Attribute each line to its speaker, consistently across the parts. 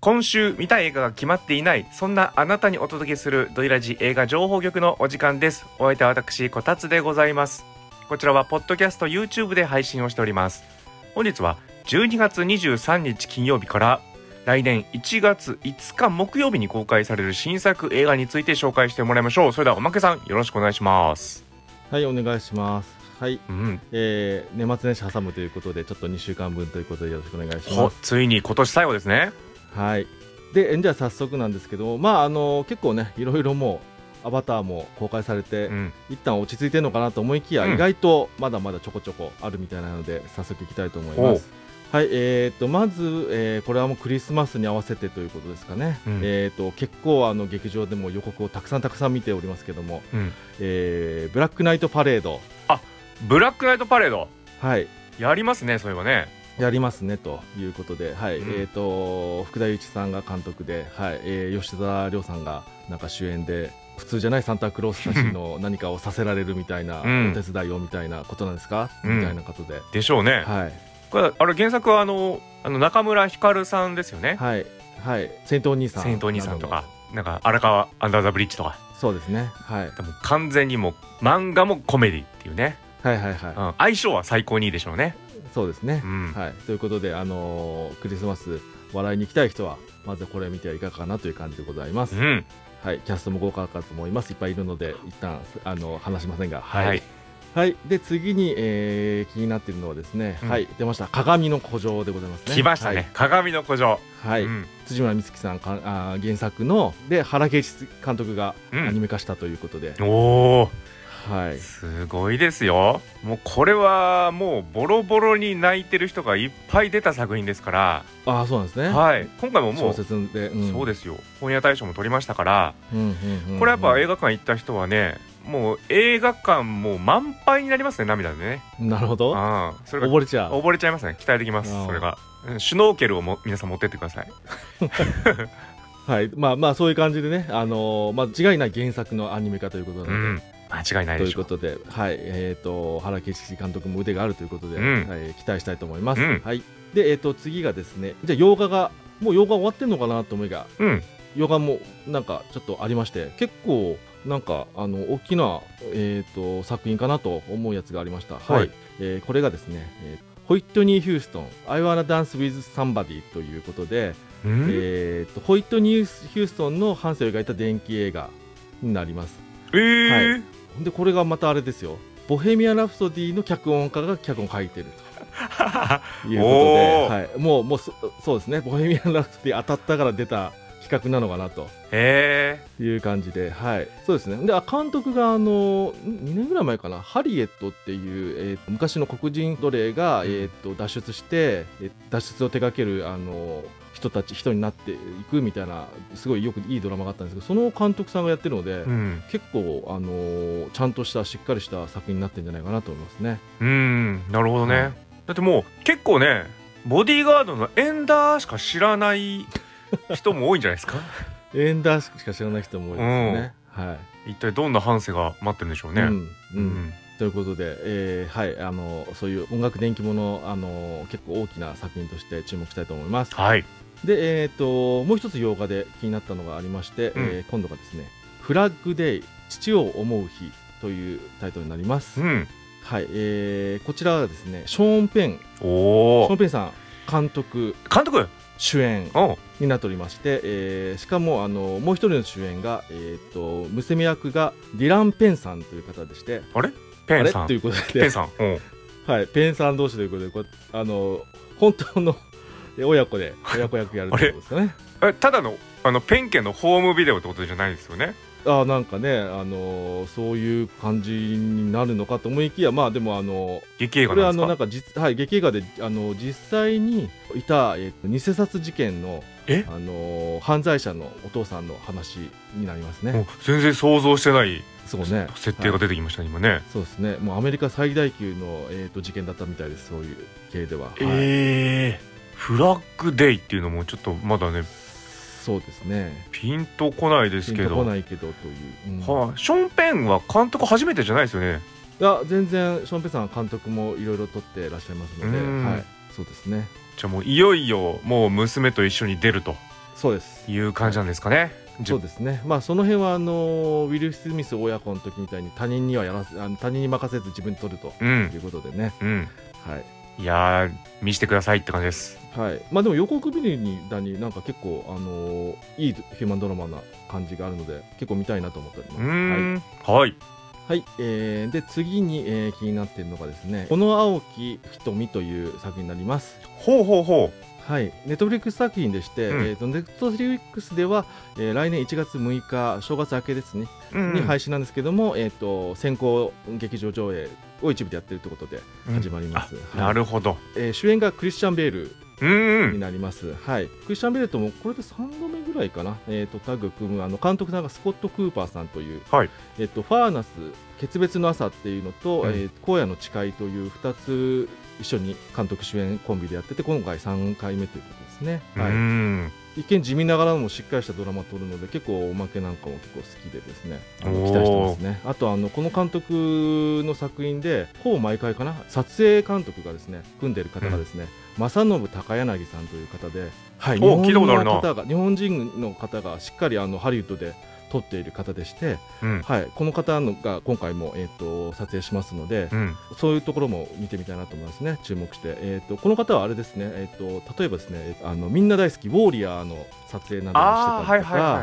Speaker 1: 今週見たい映画が決まっていないそんなあなたにお届けするドイラジ映画情報局のお時間ですお相手は私こたつでございますこちらはポッドキャスト YouTube で配信をしております本日は12月23日金曜日から来年1月5日木曜日に公開される新作映画について紹介してもらいましょうそれではおまけさんよろしくお願いします
Speaker 2: はい、お願いします。はい、
Speaker 1: うん
Speaker 2: えー、年末年始挟むということで、ちょっと2週間分ということでよろしくお願いしま
Speaker 1: ほ
Speaker 2: す。
Speaker 1: ついに今年最後ですね
Speaker 2: はい。で、えーじゃあ早速なんですけど、まああの結構ね、いろいろもうアバターも公開されて、
Speaker 1: うん
Speaker 2: 一旦落ち着いてるのかなと思いきや、
Speaker 1: うん
Speaker 2: 意外とまだまだちょこちょこあるみたいなので、早速いきたいと思います。はい、えー、とまず、えーこれはもうクリスマスに合わせてということですかね、
Speaker 1: うん
Speaker 2: えー、と結構あの劇場でも予告をたくさんたくさん見ておりますけども、
Speaker 1: うん
Speaker 2: えーブラックナイトパレード、
Speaker 1: ブラックナイトパレード
Speaker 2: はい、
Speaker 1: やりますねそういえばね
Speaker 2: やりますねということで、はい
Speaker 1: うん
Speaker 2: えー、と福田雄一さんが監督で、はいえー吉田亮さんがなんか主演で普通じゃないサンタクロースたちの何かをさせられるみたいな、
Speaker 1: うん
Speaker 2: お手伝いをみたいなことなんですか、
Speaker 1: うん
Speaker 2: みたいなことで、
Speaker 1: でしょうね、
Speaker 2: はい
Speaker 1: これあれ原作はあのあの中村ひかるさんですよね
Speaker 2: はいはい、戦闘兄さん
Speaker 1: 戦闘兄さんとかなんか荒川アンダーザブリッジとか
Speaker 2: などそうですね、はい、
Speaker 1: でも完全にもう漫画もコメディっていうね、
Speaker 2: はいはいはい、
Speaker 1: うん、相性は最高にいいでしょうね
Speaker 2: そうですね
Speaker 1: う、ん、
Speaker 2: はい、ということで、あのークリスマス笑いに行きたい人はまずこれ見てはいかがかなという感じでございます、
Speaker 1: うん
Speaker 2: はい、キャストも豪華かと思いますいっぱいいるので一旦あの話しませんが
Speaker 1: はい、
Speaker 2: はい、で次に、えー気になっているのはですね、
Speaker 1: うん
Speaker 2: はい出ました鏡の古城でございますね。
Speaker 1: 来ましたね、鏡の古城
Speaker 2: はい。はい、
Speaker 1: うん
Speaker 2: 辻村美月さんかあー原作ので原敬一監督が
Speaker 1: うん
Speaker 2: アニメ化したということで、
Speaker 1: おお
Speaker 2: はい
Speaker 1: すごいですよもうこれはもうボロボロに泣いてる人がいっぱい出た作品ですから、
Speaker 2: ああそうなんですね。
Speaker 1: はい、今回もも
Speaker 2: 小
Speaker 1: う
Speaker 2: 説で、
Speaker 1: そう
Speaker 2: で
Speaker 1: ですよ本屋大賞も取りましたから
Speaker 2: す、うんうんうん
Speaker 1: これやっぱ映画館行った人はねもう映画館もう満杯になりますね涙でね
Speaker 2: なるほど
Speaker 1: ああそれが
Speaker 2: 溺れちゃう。
Speaker 1: 溺れちゃいますね期待できます
Speaker 2: ああ
Speaker 1: それがうんシュノーケルをも皆さん持ってってください
Speaker 2: はいまあまあそういう感じでねあのーまあ違いない原作のアニメ化ということなの
Speaker 1: うん
Speaker 2: で。
Speaker 1: 間違いないで
Speaker 2: という
Speaker 1: しょ
Speaker 2: こ
Speaker 1: う
Speaker 2: とで、はい、えっ、と原敬一監督も腕があるということで、
Speaker 1: うん
Speaker 2: はい、期待したいと思います。
Speaker 1: うん
Speaker 2: はい。で、えっ、と次がですね、じゃあ洋画がもう洋画終わってんのかなと思いが、
Speaker 1: うん
Speaker 2: 洋画もなんかちょっとありまして、結構なんかあの大きなえっ、と作品かなと思うやつがありました。はい。
Speaker 1: はい
Speaker 2: えーこれがですね、えーホイットニー・ヒューストン、I Wanna Dance with Somebody ということで、
Speaker 1: うん
Speaker 2: えー、とホイットニー・ヒューストンの半生を描いた電気映画になります。
Speaker 1: えー
Speaker 2: でこれがまたあれですよ「ボヘミアン・ラプソディ」の脚本家が脚本書いてる ということ
Speaker 1: おー
Speaker 2: で、はい、もうもうそそうですね「ボヘミアン・ラプソディ」当たったから出た企画なのかなと
Speaker 1: え
Speaker 2: いう感じで、はい、そうですねであ監督があの2年ぐらい前かなハリエットっていう、えー昔の黒人奴隷が、えー、と脱出してえー脱出を手掛けるあの人たち人になっていくみたいなすごいよくいいドラマがあったんですけどその監督さんがやってるので
Speaker 1: ー、うん
Speaker 2: 結構、あのーちゃんとしたしっかりした作品になってるんじゃないかなと思いますね。
Speaker 1: うんなるほどね、
Speaker 2: はい
Speaker 1: だってもう結構ねボディーガードのエンダーしか知らない人も多いんじゃないです か
Speaker 2: エンダーしか知らない人も多いですよね。はい
Speaker 1: 一体どんな半生が待ってるんでしょうね、
Speaker 2: うんうん
Speaker 1: うん
Speaker 2: ということで、えーはいあのーそういう音楽電気もの、あのー結構大きな作品として注目したいと思います。
Speaker 1: はい
Speaker 2: で、えー、ともう一つ洋画で気になったのがありまし
Speaker 1: う
Speaker 2: て、
Speaker 1: ん
Speaker 2: えー今度がですね「フラッグデイ父を思う日」というタイトルになります。
Speaker 1: うん
Speaker 2: はいえーこちらはですねショーン・ペンシ
Speaker 1: お
Speaker 2: ョーン・
Speaker 1: お
Speaker 2: ペンさん監督
Speaker 1: 監督
Speaker 2: 主演
Speaker 1: お
Speaker 2: になっておりまして、えーしかもあのもう一人の主演が、えー、と娘役がディラン・ペンさんという方でして
Speaker 1: ペ
Speaker 2: あ
Speaker 1: ン
Speaker 2: れ
Speaker 1: さん
Speaker 2: ということ
Speaker 1: ペ
Speaker 2: で
Speaker 1: ンさんおう
Speaker 2: はい、ペンさん同士ということでこうあの本当のえ親子で親子役やるってことですかね。
Speaker 1: えただのあのペン家のホームビデオってことじゃないですよね
Speaker 2: あーなんかね、あのそういう感じになるのかと思いきやまあでもあの
Speaker 1: 劇映
Speaker 2: こ
Speaker 1: 画
Speaker 2: れは
Speaker 1: な
Speaker 2: あ
Speaker 1: ん
Speaker 2: のな
Speaker 1: で
Speaker 2: んか実はい劇映画であの実際にいた、えーと偽札事件の
Speaker 1: え
Speaker 2: あの犯罪者のお父さんの話になります
Speaker 1: すか
Speaker 2: ね。
Speaker 1: もう全然想像してない
Speaker 2: そうね。
Speaker 1: 設定が出てきましたね、今ね
Speaker 2: そうですね、もうアメリカ最大級の、えー、と事件だったみたいです、そういう系では。はい
Speaker 1: えーフラッグデイっていうのもちょっとまだね
Speaker 2: そうですね、
Speaker 1: ピンとこないですけ
Speaker 2: ピンとこ
Speaker 1: ど
Speaker 2: ないけどという、うん
Speaker 1: はい、ショーン・ペンは監督初めてじゃないですよね
Speaker 2: いや全然、ショーン・ペンさん、監督もいろいろ撮ってらっしゃいますので、
Speaker 1: うん
Speaker 2: はい、そうですね、
Speaker 1: じゃあもういよいよもう娘と一緒に出ると
Speaker 2: そうです
Speaker 1: いう感じなんですかね。じゅ
Speaker 2: そうですねまあその辺はあのウィル・スミス親子の時みたいに他人にはやらせあの他人に任せず自分で取ると
Speaker 1: うん
Speaker 2: いうことでね、
Speaker 1: うん、
Speaker 2: はい
Speaker 1: いやー見してくださいって感じです。
Speaker 2: はいまあ、でも予告ビデオにだになんか結構、あのーいいヒューマンドラマな感じがあるので結構見たいなと思っておりま
Speaker 1: う
Speaker 2: す。
Speaker 1: ーん、は
Speaker 2: はい
Speaker 1: い、
Speaker 2: はい、えーで次に、えー気になっているのがですね「この青き瞳」という作品になります。
Speaker 1: ほうほうほ
Speaker 2: はい、ネットフリックス作品でして、
Speaker 1: うん
Speaker 2: えーとネットフリックスでは、えー来年1月6日正月明けですね、
Speaker 1: う、うん
Speaker 2: に配信なんですけども、えー、と先行劇場上映を一部でやってるということで始まります、
Speaker 1: うん
Speaker 2: はい
Speaker 1: なるほど。
Speaker 2: えー主演がクリスチャン・ベール
Speaker 1: うんう
Speaker 2: に
Speaker 1: ん、
Speaker 2: なります、はい、クリスチャン・ベルトもこれで3度目ぐらいかな、えー、とタッグ組むあの監督さんがスコット・クーパーさんという、
Speaker 1: はい
Speaker 2: えー、とファーナス決別の朝っていうのと、
Speaker 1: うん
Speaker 2: えー荒野の誓いという2つ一緒に監督主演コンビでやってて今回3回目ということですね、
Speaker 1: う
Speaker 2: はい
Speaker 1: ん、
Speaker 2: 一見地味ながらもしっかりしたドラマを撮るので結構おまけなんかも結構好きでですねあの
Speaker 1: おー
Speaker 2: 期待してますねあとあのこの監督の作品でほぼ毎回かな撮影監督がですね組んでる方がですね、正信高柳さんという方で、はい、
Speaker 1: おー聞
Speaker 2: 日
Speaker 1: いたこ
Speaker 2: 本
Speaker 1: とあるな
Speaker 2: の方が日本人の方がしっかりあのハリウッドで撮っている方でして、
Speaker 1: うん、
Speaker 2: はい、この方のが今回も、えー、と撮影しますので、
Speaker 1: うん、
Speaker 2: そういうところも見てみたいなと思いますね、注目して、えー、とこの方はあれですね、えー、と例えばですねあのみんな大好き、ウォーリアーの撮影など
Speaker 1: あ
Speaker 2: を
Speaker 1: あー、
Speaker 2: してた
Speaker 1: はい
Speaker 2: りと
Speaker 1: はい
Speaker 2: か、はい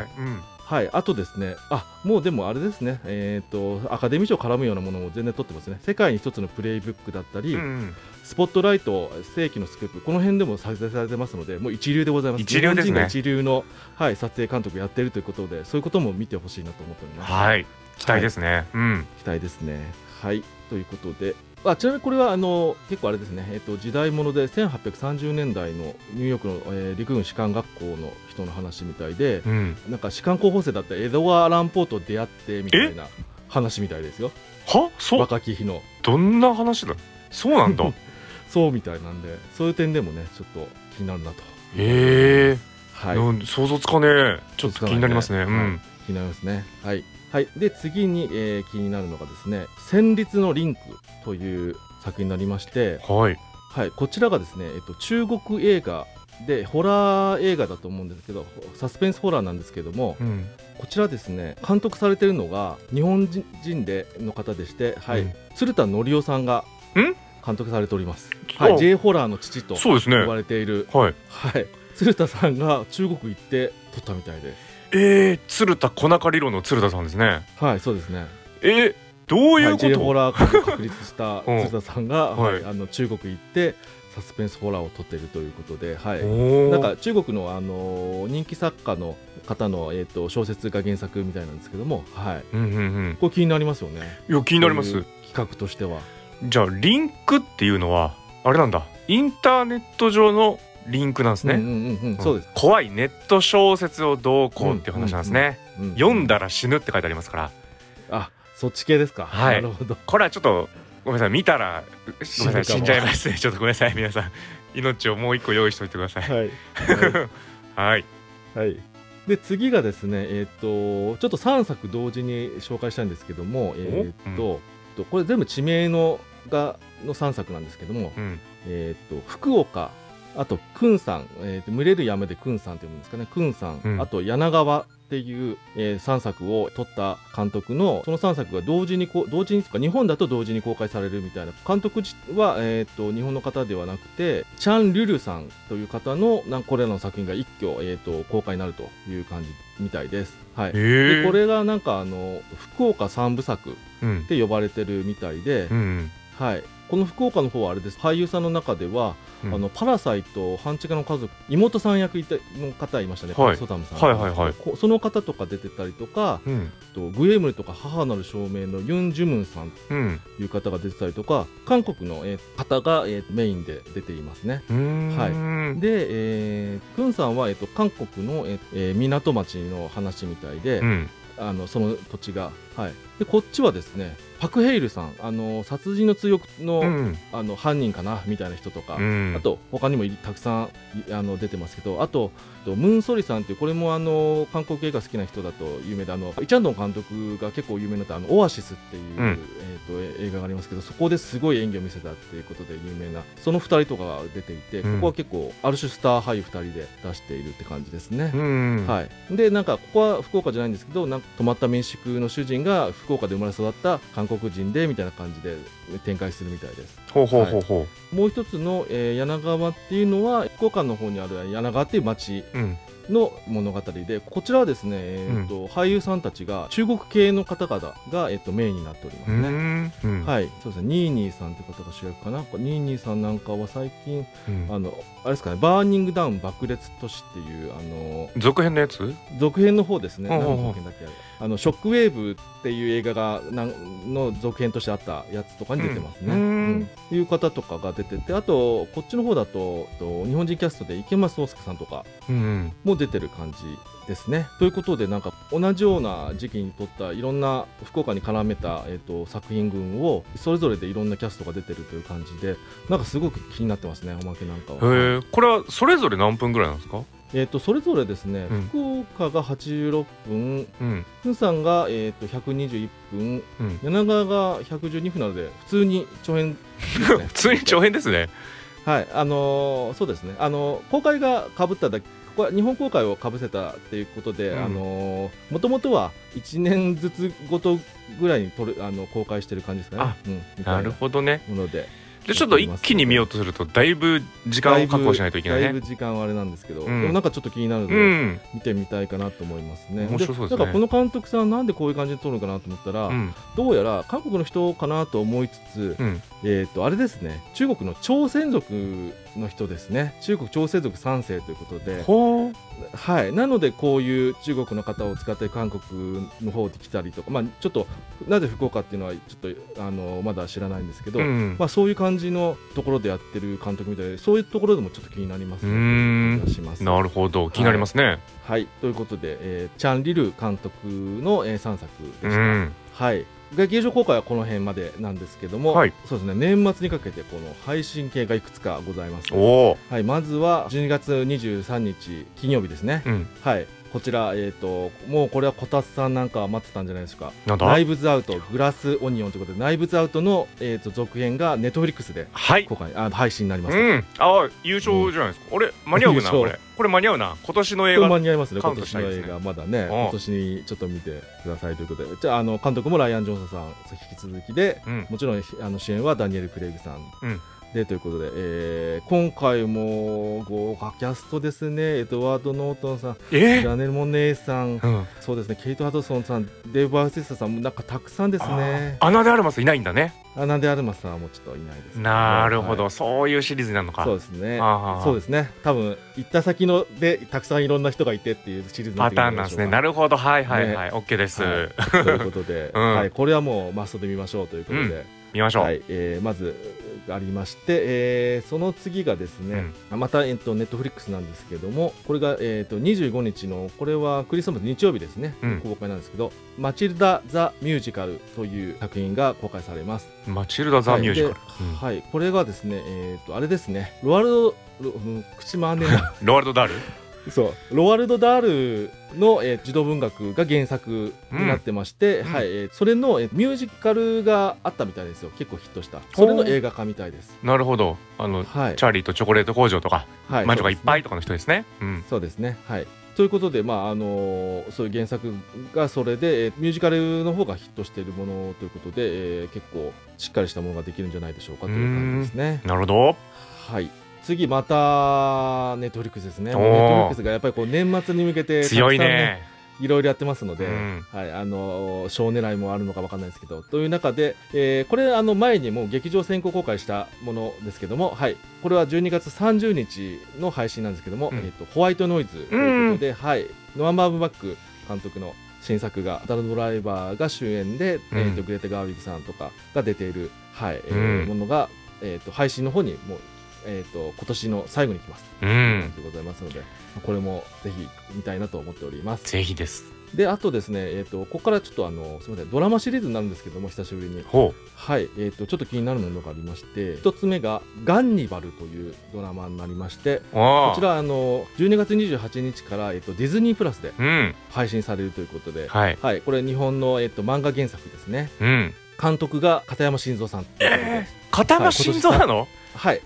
Speaker 1: はい、うん、
Speaker 2: あとですね、あもうでもあれですね、えーと、アカデミー賞絡むようなものも全然撮ってますね、世界に一つのプレイブックだったり、
Speaker 1: うんうん、
Speaker 2: スポットライト、世紀のスクープ、この辺でも撮影されてますので、もう一流でございます、
Speaker 1: 一流ですね
Speaker 2: 日本人が一流の、はい、撮影監督やってるということで、そういうことも見てほしいなと思っております。
Speaker 1: はい、期待ですね。うん、
Speaker 2: 期待ですね。はいということであちなみにこれはあの結構あれですね、えっと時代物で1830年代のニューヨークの、えー陸軍士官学校の人の話みたいで、
Speaker 1: うん、
Speaker 2: なんか士官候補生だったエドワー・アラン・ポーと出会ってみたいな話みたいですよ
Speaker 1: は、そう、
Speaker 2: 若き日の
Speaker 1: どんな話だ。そうなんだ。
Speaker 2: そうみたいなんでそういう点でもねちょっと気になるなと、
Speaker 1: へえ、
Speaker 2: はい、
Speaker 1: なん想像つかねえ。ちょっと気になりますね。う
Speaker 2: はい
Speaker 1: ん。
Speaker 2: 気になりますねはい、はい、で次に、えー気になるのがですね「戦慄のリンク」という作品になりまして
Speaker 1: はい。
Speaker 2: はい、こちらがですね、えっと、中国映画でホラー映画だと思うんですけどサスペンスホラーなんですけども
Speaker 1: うん。
Speaker 2: こちらですね監督されてるのが日本人での方でして、はい
Speaker 1: うん
Speaker 2: 鶴田紀夫さんが
Speaker 1: ん
Speaker 2: 監督されております、
Speaker 1: あ
Speaker 2: はい、J ホラーの父と
Speaker 1: そうですね。
Speaker 2: 呼ば
Speaker 1: はい。
Speaker 2: れている、はい、鶴田さんが中国行って撮ったみたいです
Speaker 1: えー、鶴田粉か理論の鶴田さんですね。
Speaker 2: はいそうですね
Speaker 1: えー、どういう
Speaker 2: はい、
Speaker 1: こ
Speaker 2: J
Speaker 1: と、
Speaker 2: ホラーを確立した
Speaker 1: うん
Speaker 2: 鶴田さんが、
Speaker 1: はい
Speaker 2: はいあの中国行ってサスペンスホラーを撮っているということで、はい、
Speaker 1: おお。
Speaker 2: なんか中国の、あのー人気作家の方の、えー、と小説が原作みたいなんですけども、はい、
Speaker 1: うんうんうん。
Speaker 2: これ気になりますよね
Speaker 1: いや気になりま
Speaker 2: こうい
Speaker 1: す
Speaker 2: う。企画としては
Speaker 1: じゃあリンクっていうのはあれなんだ。インターネット上のリンクなんですね。
Speaker 2: うんうんうんうん、そうです、
Speaker 1: ん怖いネット小説をどうこうっていう話なんですね、
Speaker 2: うん、
Speaker 1: 読んだら死ぬって書いてありますから
Speaker 2: あそっち系ですか、
Speaker 1: はい
Speaker 2: なる ほど
Speaker 1: これはちょっとごめんなさい見たらごめんなさい
Speaker 2: 死ぬかも
Speaker 1: 死んじゃいますねちょっとごめんなさい皆さん命をもう一個用意しておいてください
Speaker 2: はい、
Speaker 1: はい
Speaker 2: はいはい、で次がですねえっ、とちょっと3作同時に紹介したいんですけどもえっ、と、とこれ全部地名のがの3作なんですけども、
Speaker 1: うん
Speaker 2: えー、と福岡あとくんさん、えーと、群れる山でくんさんって読むんですかねくんさん、
Speaker 1: うん
Speaker 2: あと柳川っていう、え3作を撮った監督のその3作が同時にこう同時にとか日本だと同時に公開されるみたいな監督自は、えー、と日本の方ではなくてチャン・リュルさんという方のなんこれらの作品が一挙、えー、と公開になるという感じみたいです。はい
Speaker 1: へ
Speaker 2: で
Speaker 1: え
Speaker 2: これがなんかあの福岡三部作っ
Speaker 1: うん
Speaker 2: て呼ばれてるみたいで、
Speaker 1: うん
Speaker 2: はい、この福岡の方はあれです俳優さんの中では、
Speaker 1: うん
Speaker 2: あのパラサイト半地下の家族妹さん役いたの方いましたね、
Speaker 1: はい
Speaker 2: ソダムさん、
Speaker 1: はいはいはい
Speaker 2: こその方とか出てたりとか
Speaker 1: うん
Speaker 2: あとグエムルとか母なる証明のユン・ジュムンさん
Speaker 1: うん
Speaker 2: という方が出てたりとか韓国の、えー方が、えーメインで出ていますね。
Speaker 1: うーん
Speaker 2: はい
Speaker 1: うん
Speaker 2: で、えークンさんは、えー、と韓国の、えーえー港町の話みたいで、
Speaker 1: うん
Speaker 2: あのその土地が、はい、でこっちはですねパク・ヘイルさんあの殺人の強くの,、
Speaker 1: うん
Speaker 2: あの犯人かなみたいな人とか、
Speaker 1: うん
Speaker 2: あと他にもいたくさんいあの出てますけどあととムーン・ソリさんっていうこれもあの韓国映画好きな人だと有名であのイ・チャンドン監督が結構有名になったあの「オアシス」っていう、
Speaker 1: うん
Speaker 2: えー、とえ映画がありますけどそこですごい演技を見せたっていうことで有名なその2人とかが出ていてこ
Speaker 1: うん
Speaker 2: こは結構ある種スター俳優2人で出しているって感じですね。
Speaker 1: うん
Speaker 2: はい、でなんかここは福岡じゃないんですけどなんか泊まった民宿の主人が福岡で生まれ育った韓国人でみたいな感じで展開するみたいです
Speaker 1: ほうほうほうほ
Speaker 2: もう一つの、えー柳川っていうのは福岡の方にある柳川っていう町
Speaker 1: ううん
Speaker 2: の物語でこちらはですね、えーと俳優さんたちが中国系の方々が、えー、とメインになっております
Speaker 1: う
Speaker 2: ね、
Speaker 1: んうん
Speaker 2: はい、そうですね、ニーニーさんって方が主役かな、ニーニーさんなんかは最近、
Speaker 1: うん
Speaker 2: あの、あれですかね、バーニングダウン爆裂都市っていう、あの、
Speaker 1: 続編のやつ
Speaker 2: 続編の方ですね、
Speaker 1: ほうほうほう
Speaker 2: 何の続編だっけあれあのショックウェーブっていう映画がなんの続編としてあったやつとかに出てますね。
Speaker 1: うん
Speaker 2: うんいう方とかが出ててあとこっちの方だとと日本人キャストで池松壮亮さんとか
Speaker 1: うん
Speaker 2: も出てる感じですね。ということでなんか同じような時期に撮ったいろんな福岡に絡めた、えっと作品群をそれぞれでいろんなキャストが出てるという感じでなんかすごく気になってますねおまけなんかは。
Speaker 1: へえこれはそれぞれ何分ぐらいなんですか
Speaker 2: えっとそれぞれですね、
Speaker 1: うん
Speaker 2: 福岡が86分
Speaker 1: うん
Speaker 2: ふんさんが、えー、と121分
Speaker 1: うん
Speaker 2: 柳川が112分なので普通に長編ですね
Speaker 1: 普通に長編ですね
Speaker 2: はいあのーそうですねあのー公開がかぶっただけここは日本公開をかぶせたっていうことで、
Speaker 1: うん
Speaker 2: あのもともとは1年ずつごとぐらいに撮るあの公開してる感じですかね
Speaker 1: あ
Speaker 2: うん、みた
Speaker 1: ないる
Speaker 2: な
Speaker 1: ほどね
Speaker 2: もので
Speaker 1: でちょっと一気に見ようとするとだいぶ時間を確保しないといけな
Speaker 2: だい
Speaker 1: い
Speaker 2: ぶ
Speaker 1: ね
Speaker 2: 時間はあれなんですけど、
Speaker 1: うん
Speaker 2: でもなんかちょっと気になるの
Speaker 1: う
Speaker 2: で、
Speaker 1: ん
Speaker 2: 見てみたいかなと思いますね
Speaker 1: 面白そうですね
Speaker 2: だからこの監督さんなんでこういう感じで撮るのかなと思ったら、
Speaker 1: うん
Speaker 2: どうやら韓国の人かなと思いつつ、
Speaker 1: うん
Speaker 2: えー、とあれですね中国の朝鮮族の人ですね中国朝鮮族3世ということで、
Speaker 1: ほう
Speaker 2: はい、なのでこういう中国の方を使って韓国の方で来たりとか、まあ、ちょっとなぜ福岡っていうのはちょっとあのまだ知らないんですけど、
Speaker 1: うん
Speaker 2: まあ、そういう感じのところでやってる監督みたいでそういうところでもちょっと気になります
Speaker 1: うーん
Speaker 2: 気がします
Speaker 1: なるほど気になりますね
Speaker 2: はい、ということで、えーチャン・リル監督の、えー、3作
Speaker 1: う
Speaker 2: でした。
Speaker 1: ん
Speaker 2: はい、が劇場公開はこの辺までなんですけども、
Speaker 1: はい
Speaker 2: そうですね年末にかけてこの配信系がいくつかございます、
Speaker 1: おお
Speaker 2: はい、まずは12月23日金曜日ですね、
Speaker 1: うん
Speaker 2: はいこちら、えー、ともうこれはこたつさんなんかは待ってたんじゃないですか
Speaker 1: なんだ
Speaker 2: ナイブズアウトグラスオニオンということでナイブズアウトの、えー、と続編がネットフリックスで
Speaker 1: はい
Speaker 2: 公開あ配信になり
Speaker 1: う
Speaker 2: ます、こ
Speaker 1: んあ優勝じゃないですかあれ間に合うかな
Speaker 2: 優勝
Speaker 1: これこれ間に合うな今年の映
Speaker 2: れ間
Speaker 1: 画
Speaker 2: に合いますね
Speaker 1: カウ
Speaker 2: 今
Speaker 1: ントし
Speaker 2: 年
Speaker 1: た
Speaker 2: の
Speaker 1: いです
Speaker 2: 映
Speaker 1: ね
Speaker 2: 画まだね
Speaker 1: ん
Speaker 2: 今年にちょっと見てくださいということでじゃああの監督もライアン・ジョンソンさん引き続きで
Speaker 1: うん
Speaker 2: もちろんあの主演はダニエル・クレイグさん、
Speaker 1: うん
Speaker 2: でということで、えー今回も豪華キャストですねエドワード・ノートンさん
Speaker 1: え
Speaker 2: ジャネル・モネーさ
Speaker 1: う
Speaker 2: ん
Speaker 1: ん
Speaker 2: そうですねケイト・ハドソンさんデーブ・アーティスタさんもなんかたくさんですね
Speaker 1: アナでアルマスいないんだね
Speaker 2: アナ・デ・アルマスさんはもうちょっといないですけど
Speaker 1: なるほど
Speaker 2: はい
Speaker 1: そういうシリーズになるのか
Speaker 2: そうですね
Speaker 1: あー
Speaker 2: そうですね多分行った先のでたくさんいろんな人がいてっていうシリーズになっ
Speaker 1: パ
Speaker 2: てく
Speaker 1: タ
Speaker 2: る
Speaker 1: ーンなんです
Speaker 2: でし
Speaker 1: ね
Speaker 2: ょうか
Speaker 1: なるほどはいはいはい OK です
Speaker 2: はいということで、
Speaker 1: うん
Speaker 2: はい、これはもうマストで見ましょうということで、
Speaker 1: うん見ましょ
Speaker 2: は
Speaker 1: う
Speaker 2: いえーまずありまして、えーその次がですね、また、えっとネットフリックスなんですけどもこれが、えー、と25日のこれはクリスマス日曜日ですね、
Speaker 1: うん
Speaker 2: 公開なんですけど「マチルダ・ザ・ミュージカル」という作品が公開されます。
Speaker 1: マチルダ・ザ・ミュージカル
Speaker 2: はいではい、これがですね、えー、とあれですねロワルドロうん口回んねえな
Speaker 1: ロワルド・ダール
Speaker 2: そうロワルド・ダールの、えー児童文学が原作になってまして、
Speaker 1: うん
Speaker 2: はいえーそれの、えーミュージカルがあったみたいですよ結構ヒットしたそれの映画化みたいです。
Speaker 1: なるほどあの
Speaker 2: はい
Speaker 1: チャーリーとチョコレート工場とか
Speaker 2: はい、
Speaker 1: 魔女がいっぱい
Speaker 2: と。
Speaker 1: とかの人ですねうん
Speaker 2: そうですね。はい。ということで、まああのーそういう原作がそれで、えーミュージカルの方がヒットしているものということで、えー結構しっかりしたものができるんじゃないでしょうかという感じですね。
Speaker 1: なるほど
Speaker 2: はい。次またネットフリックスですね。ネ
Speaker 1: お
Speaker 2: ッ
Speaker 1: ー
Speaker 2: トフリックスがやっぱりこう年末に向けてたくさん
Speaker 1: 強いね
Speaker 2: いろいろやってますので、
Speaker 1: うん
Speaker 2: はい、あの、小狙いもあるのかわかんないですけど、という中で、えーこれ、あの、前にもう劇場先行公開したものですけども、はい、これは12月30日の配信なんですけども、
Speaker 1: うん
Speaker 2: えっと、ホワイトノイズということで、はい、ノアン・バーブバック監督の新作が、ダルドライバーが主演で、
Speaker 1: うん
Speaker 2: えっと、グレーテ・ガーウィグさんとかが出ている、はい、えー
Speaker 1: うん
Speaker 2: ものが、えっと、配信の方にもう、えっと、今年の最後に来ます。
Speaker 1: うん
Speaker 2: でございますので、これもぜひ見たいなと思っております。
Speaker 1: ぜひです
Speaker 2: であとですね、えー、とここからちょっとあのすみませんドラマシリーズになるんですけども久しぶりに
Speaker 1: ほ
Speaker 2: はい、えー、とちょっと気になるものがありまして一つ目が「ガンニバル」というドラマになりまして
Speaker 1: うああ
Speaker 2: こちらあの12月28日から、えー、とディズニープラスで
Speaker 1: うん
Speaker 2: 配信されるということで、はい
Speaker 1: はい
Speaker 2: これ日本の、えー、と漫画原作ですね
Speaker 1: うん
Speaker 2: 監督が片山晋三さんということで
Speaker 1: 片
Speaker 2: は
Speaker 1: 山
Speaker 2: い
Speaker 1: 心臓なの、
Speaker 2: はい。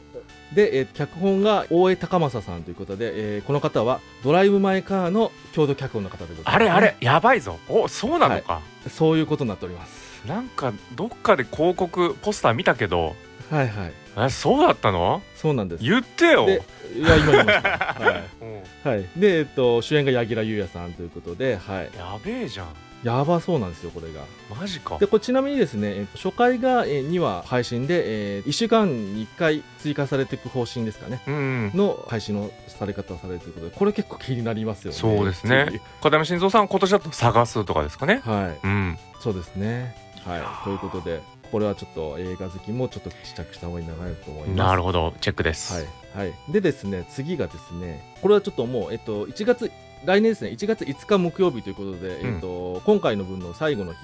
Speaker 2: で、えー脚本が大江高政さんということで、えーこの方はドライブ・マイ・カーの共同脚本の方でございます、
Speaker 1: あれあれやばいぞおそうなのか、
Speaker 2: そういうことになっております。
Speaker 1: なんかどっかで広告ポスター見たけど
Speaker 2: はいはい。
Speaker 1: えそうだったの
Speaker 2: そうなんです。
Speaker 1: 言ってよ
Speaker 2: で、いや、今言いました。 は
Speaker 1: うん
Speaker 2: い。はい、で、えっと、主演が柳楽優弥さんということで、はい。
Speaker 1: やべえじゃん
Speaker 2: やばそうなんですよ、これが。
Speaker 1: マジか
Speaker 2: で、これちなみにですね、えー初回がえー2話配信で、え1週間に1回追加されていく方針ですかね。
Speaker 1: うんうん
Speaker 2: の配信のされ方をされるということで、これ結構気になりますよね。
Speaker 1: そうですね
Speaker 2: っていう
Speaker 1: 片山心臓さん今年だと探すとかですかね
Speaker 2: はい。
Speaker 1: うん
Speaker 2: そうですね。はい
Speaker 1: やー、
Speaker 2: ということで、これはちょっと映画好きもちょっと試着した方がいいんじゃないかと思います。
Speaker 1: なるほどチェックです、
Speaker 2: はい、はい。でですね、次がですね、これはちょっともう、えっと、1月、来年ですね、1月5日木曜日ということで、
Speaker 1: うん
Speaker 2: えっと、今回の分の最後の日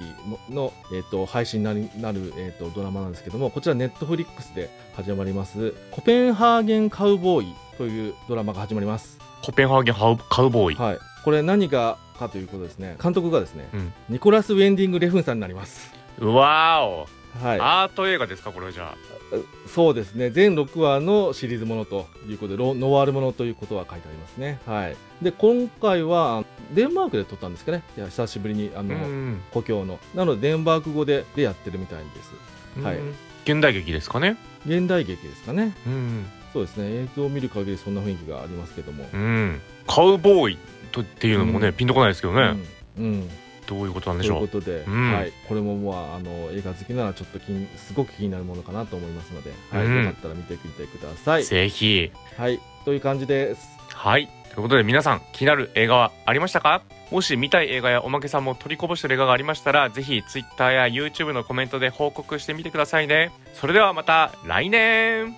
Speaker 2: のの、えっと、配信になりなる、えっと、ドラマなんですけども、こちら、ネットフリックスで始まります、コペンハーゲン・カウボーイというドラマが始まります。
Speaker 1: コペンハーゲンハウカウボーイ、
Speaker 2: はい。これ、何がかということですね、監督がですね、
Speaker 1: うん
Speaker 2: ニコラス・ウェンディング・レフンさんになります。
Speaker 1: うわーお
Speaker 2: はい。
Speaker 1: アート映画ですかこれはじゃあ
Speaker 2: そうですね全6話のシリーズものということでロノワールものということは書いてありますね、はい、で今回はデンマークで撮ったんですかねいや久しぶりにあ
Speaker 1: う
Speaker 2: の、
Speaker 1: ん
Speaker 2: 故郷のなのでデンマーク語ででやってるみたいですはい
Speaker 1: うん現代劇ですかね
Speaker 2: 現代劇ですかね
Speaker 1: うん
Speaker 2: そうですね映像を見る限りそんな雰囲気がありますけども、
Speaker 1: うんカウボーイとっていうのもね、
Speaker 2: うん
Speaker 1: ピンとこないですけどね、
Speaker 2: うん、うん
Speaker 1: どういうことなん
Speaker 2: と
Speaker 1: でし
Speaker 2: いう
Speaker 1: ょ
Speaker 2: こ
Speaker 1: う
Speaker 2: とで、
Speaker 1: うん
Speaker 2: はい、これも、まあ、あの映画好きならちょっと気にすごく気になるものかなと思いますので、はい
Speaker 1: うん
Speaker 2: よかったら見てみてください。
Speaker 1: ぜひ
Speaker 2: はい、という感じです。
Speaker 1: はいということで皆さん気になる映画はありましたかもし見たい映画やおまけさんも取りこぼしてる映画がありましたらぜひ Twitter や YouTube のコメントで報告してみてくださいねそれではまた来年